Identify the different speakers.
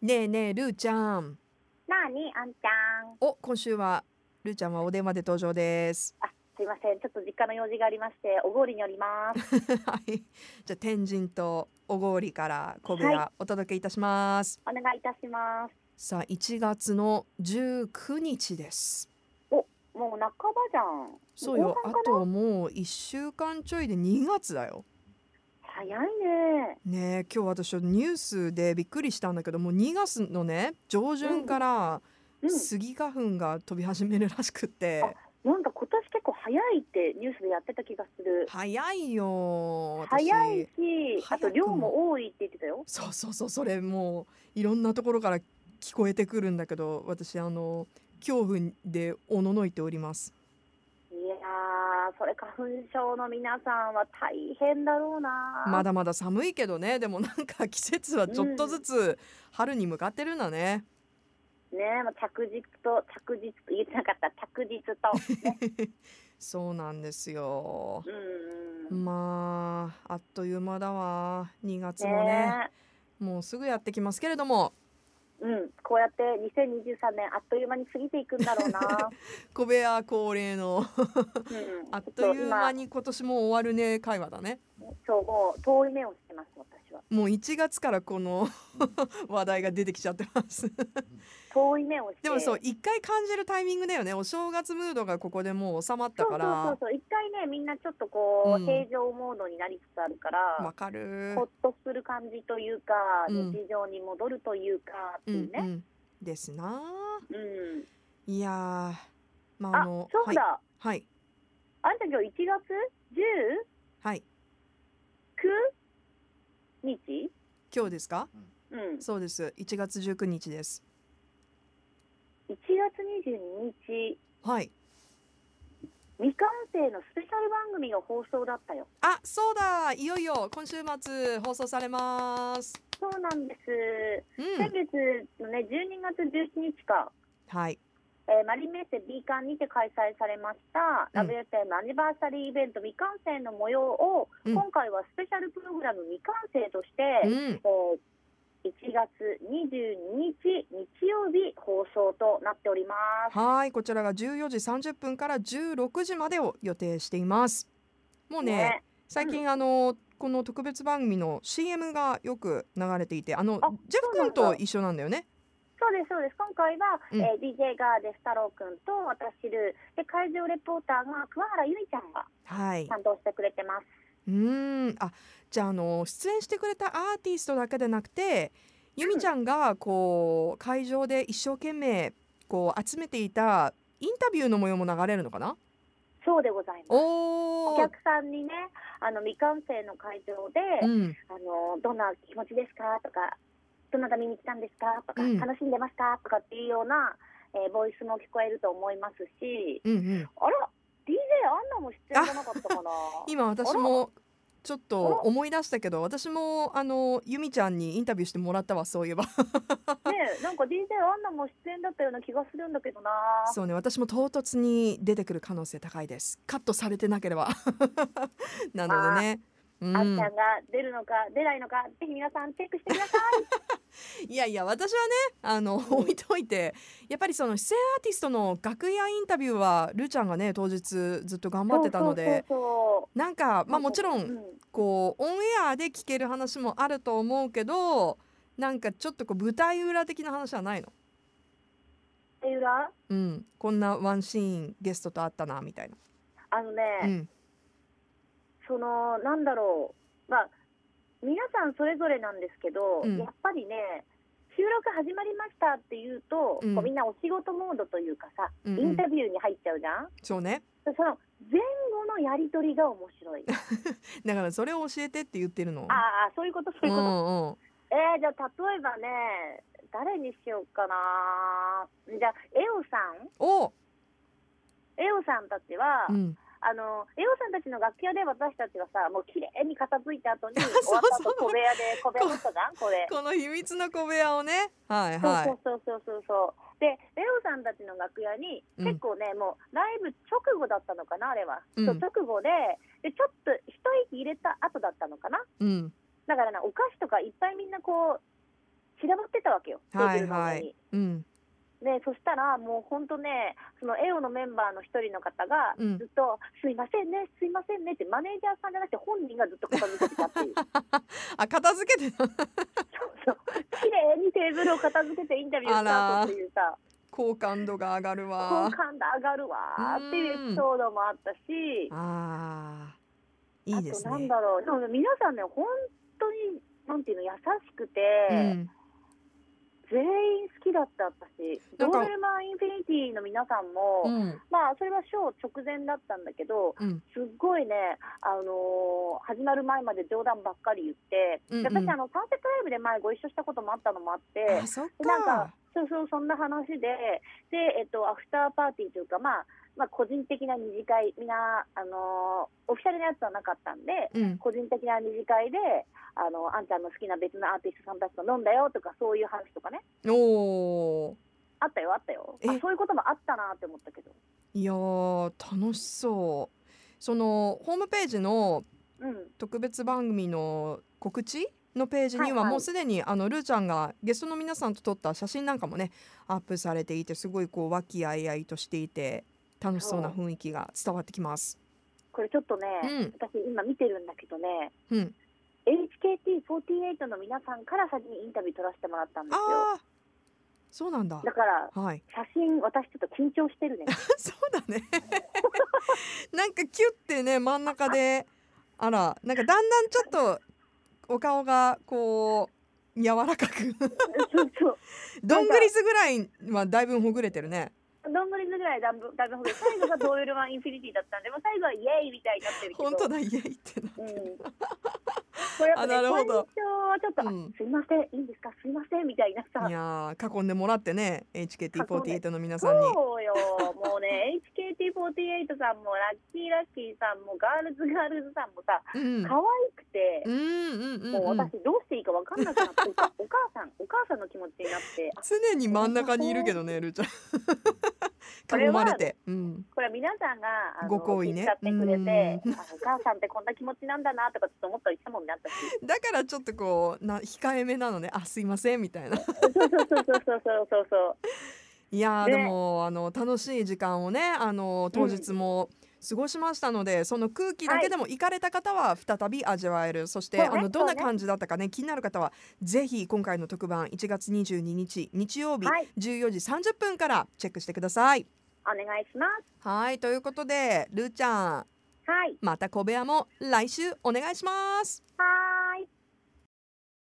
Speaker 1: ねえねえルーちゃん
Speaker 2: なあにあんちゃん
Speaker 1: お今週はルーちゃんはお電話で登場です
Speaker 2: あすいませんちょっと実家の用事がありましておごりにおります
Speaker 1: はいじゃあ天神と小郡から小部屋お届けいたします、
Speaker 2: お願いいたします
Speaker 1: さあ1月の19日です
Speaker 2: もう半ばじゃん
Speaker 1: そうよ
Speaker 2: 後
Speaker 1: あ
Speaker 2: 半かな
Speaker 1: ともう1週間ちょいで2月だよ
Speaker 2: 早いね
Speaker 1: ねえ今日私はニュースでびっくりしたんだけどもう2月のね上旬から
Speaker 2: う
Speaker 1: スギ花粉が飛び始めるらしくって、
Speaker 2: んなんか今年結構早いってニュースでやってた気がする
Speaker 1: 早いよ私
Speaker 2: 早いしあ
Speaker 1: 早くも
Speaker 2: と量も多いって言ってたよ
Speaker 1: そうそうそうそれもういろんなところから聞こえてくるんだけど私あの恐怖でおののいております
Speaker 2: いやーそれ花粉症の皆さんは大変だろうな
Speaker 1: まだまだ寒いけどねでもなんか季節はちょっとずつ春に向かってるんだね、
Speaker 2: ねえ、まあ、着実と着実と言えてなかった着実 と、ね、
Speaker 1: そうなんですよ
Speaker 2: うんうん
Speaker 1: まああっという間だわ2月もね
Speaker 2: ねえ
Speaker 1: もうすぐやってきますけれども
Speaker 2: うん、こうやって2023年あっという間に過ぎていくんだろ うな。
Speaker 1: 小部屋恒例の
Speaker 2: うん、
Speaker 1: あっという間
Speaker 2: に。
Speaker 1: に今年も終わるね会話だね
Speaker 2: そう、もう遠い目をしてます、私は。
Speaker 1: もう1月からこの 話題が出てきちゃってます
Speaker 2: 遠い目をして。
Speaker 1: でもそう一回感じるタイミングだよねお正月ムードがここでもう収まった
Speaker 2: そう
Speaker 1: か
Speaker 2: そうそう
Speaker 1: ら
Speaker 2: そう、一回ね、みんなちょっとこう、
Speaker 1: うん
Speaker 2: 平常モードになりつつあるから。
Speaker 1: わかる
Speaker 2: ほっとする感じというか、
Speaker 1: うん
Speaker 2: 日常に戻るというか、って
Speaker 1: うん
Speaker 2: いう
Speaker 1: う
Speaker 2: ね。
Speaker 1: んですな
Speaker 2: うん、
Speaker 1: いやーまああ
Speaker 2: あ
Speaker 1: の
Speaker 2: そうだ、
Speaker 1: はい
Speaker 2: あんた今日1月
Speaker 1: はい、はい、
Speaker 2: 19日。
Speaker 1: 今日ですか
Speaker 2: うん、1
Speaker 1: そうです1月19日です
Speaker 2: 月22日、
Speaker 1: はい
Speaker 2: 未完成のスペシャル番組が放送だったよ。
Speaker 1: あそうだいよいよ今週末放送されます
Speaker 2: そうなんです。
Speaker 1: う
Speaker 2: 先
Speaker 1: ん
Speaker 2: 月のね、12月17日か、
Speaker 1: はい
Speaker 2: えーマリンメッセ B 館にて開催されました、
Speaker 1: うん
Speaker 2: ラブ FM アニバーサリーイベント未完成の模様を、
Speaker 1: うん
Speaker 2: 今回はスペシャルプログラム未完成として、
Speaker 1: うん
Speaker 2: えー1月22日日曜日放送となっております。
Speaker 1: はいこちらが14時30分から16時までを予定していますもうね最近あのこの特別番組の CM がよく流れていてあの
Speaker 2: あ
Speaker 1: ジェフ君
Speaker 2: そうな
Speaker 1: と
Speaker 2: んだ
Speaker 1: 一緒なんだよね
Speaker 2: そうです、そうです。今回は、
Speaker 1: うん
Speaker 2: えー DJ ガーデス太郎くんと私ルー、で、会場レポーターが桑原由美ちゃんが
Speaker 1: はい
Speaker 2: 担当してくれてます。
Speaker 1: うーんあじゃああの出演してくれたアーティストだけでなくて由美ちゃんがこう会場で一生懸命こう集めていたインタビューの模様も流れるのかな
Speaker 2: そうでございます。
Speaker 1: お
Speaker 2: お
Speaker 1: ー
Speaker 2: 客さんにね、あの未完成の会場で、
Speaker 1: うん
Speaker 2: あのどんな気持ちですかとか、どなた見に来たんですかとか、
Speaker 1: うん
Speaker 2: 楽しんでますかとかっていうような、えーボイスも聞こえると思いますし、
Speaker 1: うんうん
Speaker 2: あら、DJ アンナも出演じゃなかったかな。
Speaker 1: 今私もちょっと思い出したけど私もあの由美ちゃんにインタビューしてもらったわそういえば
Speaker 2: ねえ、なんか DJ アンナも出演だったような気がするんだけどな。
Speaker 1: そうね私も唐突に出てくる可能性高いですカットされてなければ なのでね、うん
Speaker 2: あんちゃんが出るのか出ないのか、ぜひ皆さんチェックしてください。
Speaker 1: いやいや私はねあの、
Speaker 2: うん
Speaker 1: 置いといてやっぱりその出演アーティストの楽屋インタビューはるーちゃんがね当日ずっと頑張ってたので
Speaker 2: そうそう
Speaker 1: なんか
Speaker 2: そう
Speaker 1: まあもちろ
Speaker 2: うん
Speaker 1: こうオンエアで聞ける話もあると思うけどなんかちょっとこう舞台裏的な話はないの、
Speaker 2: で裏
Speaker 1: うん、こんなワンシーンゲストと会ったなみたいな。
Speaker 2: あのね、
Speaker 1: うん
Speaker 2: そのなんだろう、まあ、皆さんそれぞれなんですけど、
Speaker 1: うん
Speaker 2: やっぱりね収録始まりましたって言うと、
Speaker 1: うん
Speaker 2: こうみんなお仕事モードというかさ、
Speaker 1: うん
Speaker 2: イ
Speaker 1: う
Speaker 2: ン
Speaker 1: ん
Speaker 2: タ、ビューに入っちゃうじゃん、
Speaker 1: そうね
Speaker 2: その前後のやり取りが面白い
Speaker 1: だからそれを教えてって言ってるの。
Speaker 2: ああそういうことそうういうこと、
Speaker 1: んうん
Speaker 2: えー、じゃあ例えばね誰にしようかなじゃあエオさん
Speaker 1: お、
Speaker 2: エオさんたちは、
Speaker 1: うん、
Speaker 2: あのエオさんたちの楽器屋で私たちはさもう綺麗に片付いた後に終
Speaker 1: そう
Speaker 2: わった後小部屋で小部屋だったじゃんこれ。
Speaker 1: この秘密の小部屋をね。はいはい。
Speaker 2: そうそうそうそうそうそうでレオさんたちの楽屋に
Speaker 1: うん
Speaker 2: 結構ね、もうライブ直後だったのかなあれは、
Speaker 1: うん
Speaker 2: そう直後ででちょっと一息入れた後だったのかな
Speaker 1: うん。
Speaker 2: だからなお菓子とかいっぱいみんなこう散らばってたわけよテーブルの上に、
Speaker 1: はいはうん
Speaker 2: でそしたらもう本当ねそのエオのメンバーの一人の方が
Speaker 1: うん
Speaker 2: ずっと「すいませんねすいませんね」ってマネージャーさんじゃなくて本人がずっと片付けてたっていう
Speaker 1: あ片付けてた
Speaker 2: そうそう綺麗にテーブルを片付けてインタビューをした後っていうさ
Speaker 1: 好感度が上がる
Speaker 2: 好
Speaker 1: わ
Speaker 2: 感度上がるわーっていうエピソードもあったし
Speaker 1: あーいいです
Speaker 2: あとなん
Speaker 1: ね
Speaker 2: だろうでもね皆さんね本当になんていうの優しくて、
Speaker 1: うん
Speaker 2: 全員好きだった私
Speaker 1: な
Speaker 2: ド
Speaker 1: んか
Speaker 2: ーベルマンインフィニティの皆さんも、
Speaker 1: うん
Speaker 2: まあそれはショー直前だったんだけど
Speaker 1: うん
Speaker 2: すっごいね、あのー始まる前まで冗談ばっかり言って、
Speaker 1: うんうん
Speaker 2: で私あのサンセットライブで前ご一緒したこともあったのもあって
Speaker 1: あそっ
Speaker 2: でなん
Speaker 1: か
Speaker 2: かそうそうそんな話でで、えっと、アフターパーティーというか、まあ、まあ個人的な二次会みんな、あのーオフィシャルなやつはなかったんで
Speaker 1: うん
Speaker 2: 個人的な二次会であのあんちゃんの好きな別のアーティストさんたちと飲んだよとかそういう話とかね
Speaker 1: おー
Speaker 2: あったよあったよ
Speaker 1: え
Speaker 2: あそういうこともあったなって思ったけど
Speaker 1: いやー楽しそうそのホームページの
Speaker 2: うん
Speaker 1: 特別番組の告知のページに
Speaker 2: はい
Speaker 1: は
Speaker 2: はい
Speaker 1: もうすでにあのルーちゃんがゲストの皆さんと撮った写真なんかもねアップされていてすごいこう和気あいあいとしていて楽しそうな雰囲気が伝わってきます。
Speaker 2: これちょっとね、
Speaker 1: うん
Speaker 2: 私今見てるんだけどね
Speaker 1: うん、
Speaker 2: HKT48 の皆さんから先にインタビュー撮らせてもらったんですよ
Speaker 1: ああそうなん だ。
Speaker 2: だから
Speaker 1: はい
Speaker 2: 写真私ちょっと緊張してるね
Speaker 1: そうだねなんかキュッてね真ん中であらなんかだんだんちょっとお顔がこう柔らかく
Speaker 2: そうそう
Speaker 1: どんぐりすぐらいはだいぶんほぐれてる ね。
Speaker 2: どんぐりずぐらいだんぶだいぶほど最後がドールマンインフィニティだったんでもう最後はイエイみたいになってるけ ど
Speaker 1: 本当だイエイってな
Speaker 2: うん、これやっぱね
Speaker 1: あなるほど
Speaker 2: 最初はちょっと、あ
Speaker 1: うん
Speaker 2: すいませんいいんですかすいませんみたいないさ
Speaker 1: やー囲んでもらってね HKT48 の皆
Speaker 2: そ
Speaker 1: さんに
Speaker 2: うよもうね HKT48 さんもラッキーラッキーさんもガールズガールズさんもさ
Speaker 1: うん
Speaker 2: 可愛くて
Speaker 1: う、んうんうん
Speaker 2: もう
Speaker 1: うん
Speaker 2: 私どうしていいか分かんなくなってお母 お母さんお母さんの気持ちになってあ
Speaker 1: 常に真ん中にいるけどねルーちゃ
Speaker 2: こ
Speaker 1: ん
Speaker 2: れ
Speaker 1: 囲
Speaker 2: は
Speaker 1: まれてうん
Speaker 2: これは皆さんがあの
Speaker 1: ご厚意ね
Speaker 2: 気遣ってくれて
Speaker 1: う
Speaker 2: あお母さんってこんな気持ちなんだなとかちょっと思ったりしたもんねあったし
Speaker 1: だからちょっとこうな控えめなのねあすいませんみたいな
Speaker 2: そうそうそうそうそうそうそう
Speaker 1: いやー
Speaker 2: ね
Speaker 1: でもあの楽しい時間をねあの当日も過ごしましたので、その空気だけでも行かれた方は再び味わえる、そして、
Speaker 2: そうね
Speaker 1: あのどんな
Speaker 2: そうね
Speaker 1: 感じだったかね気になる方はぜひ今回の特番1月22日日曜日、
Speaker 2: はい
Speaker 1: 14時30分からチェックしてください。
Speaker 2: お願いします
Speaker 1: はいということでルーちゃん
Speaker 2: はい
Speaker 1: また小部屋も来週お願いします。
Speaker 2: はーい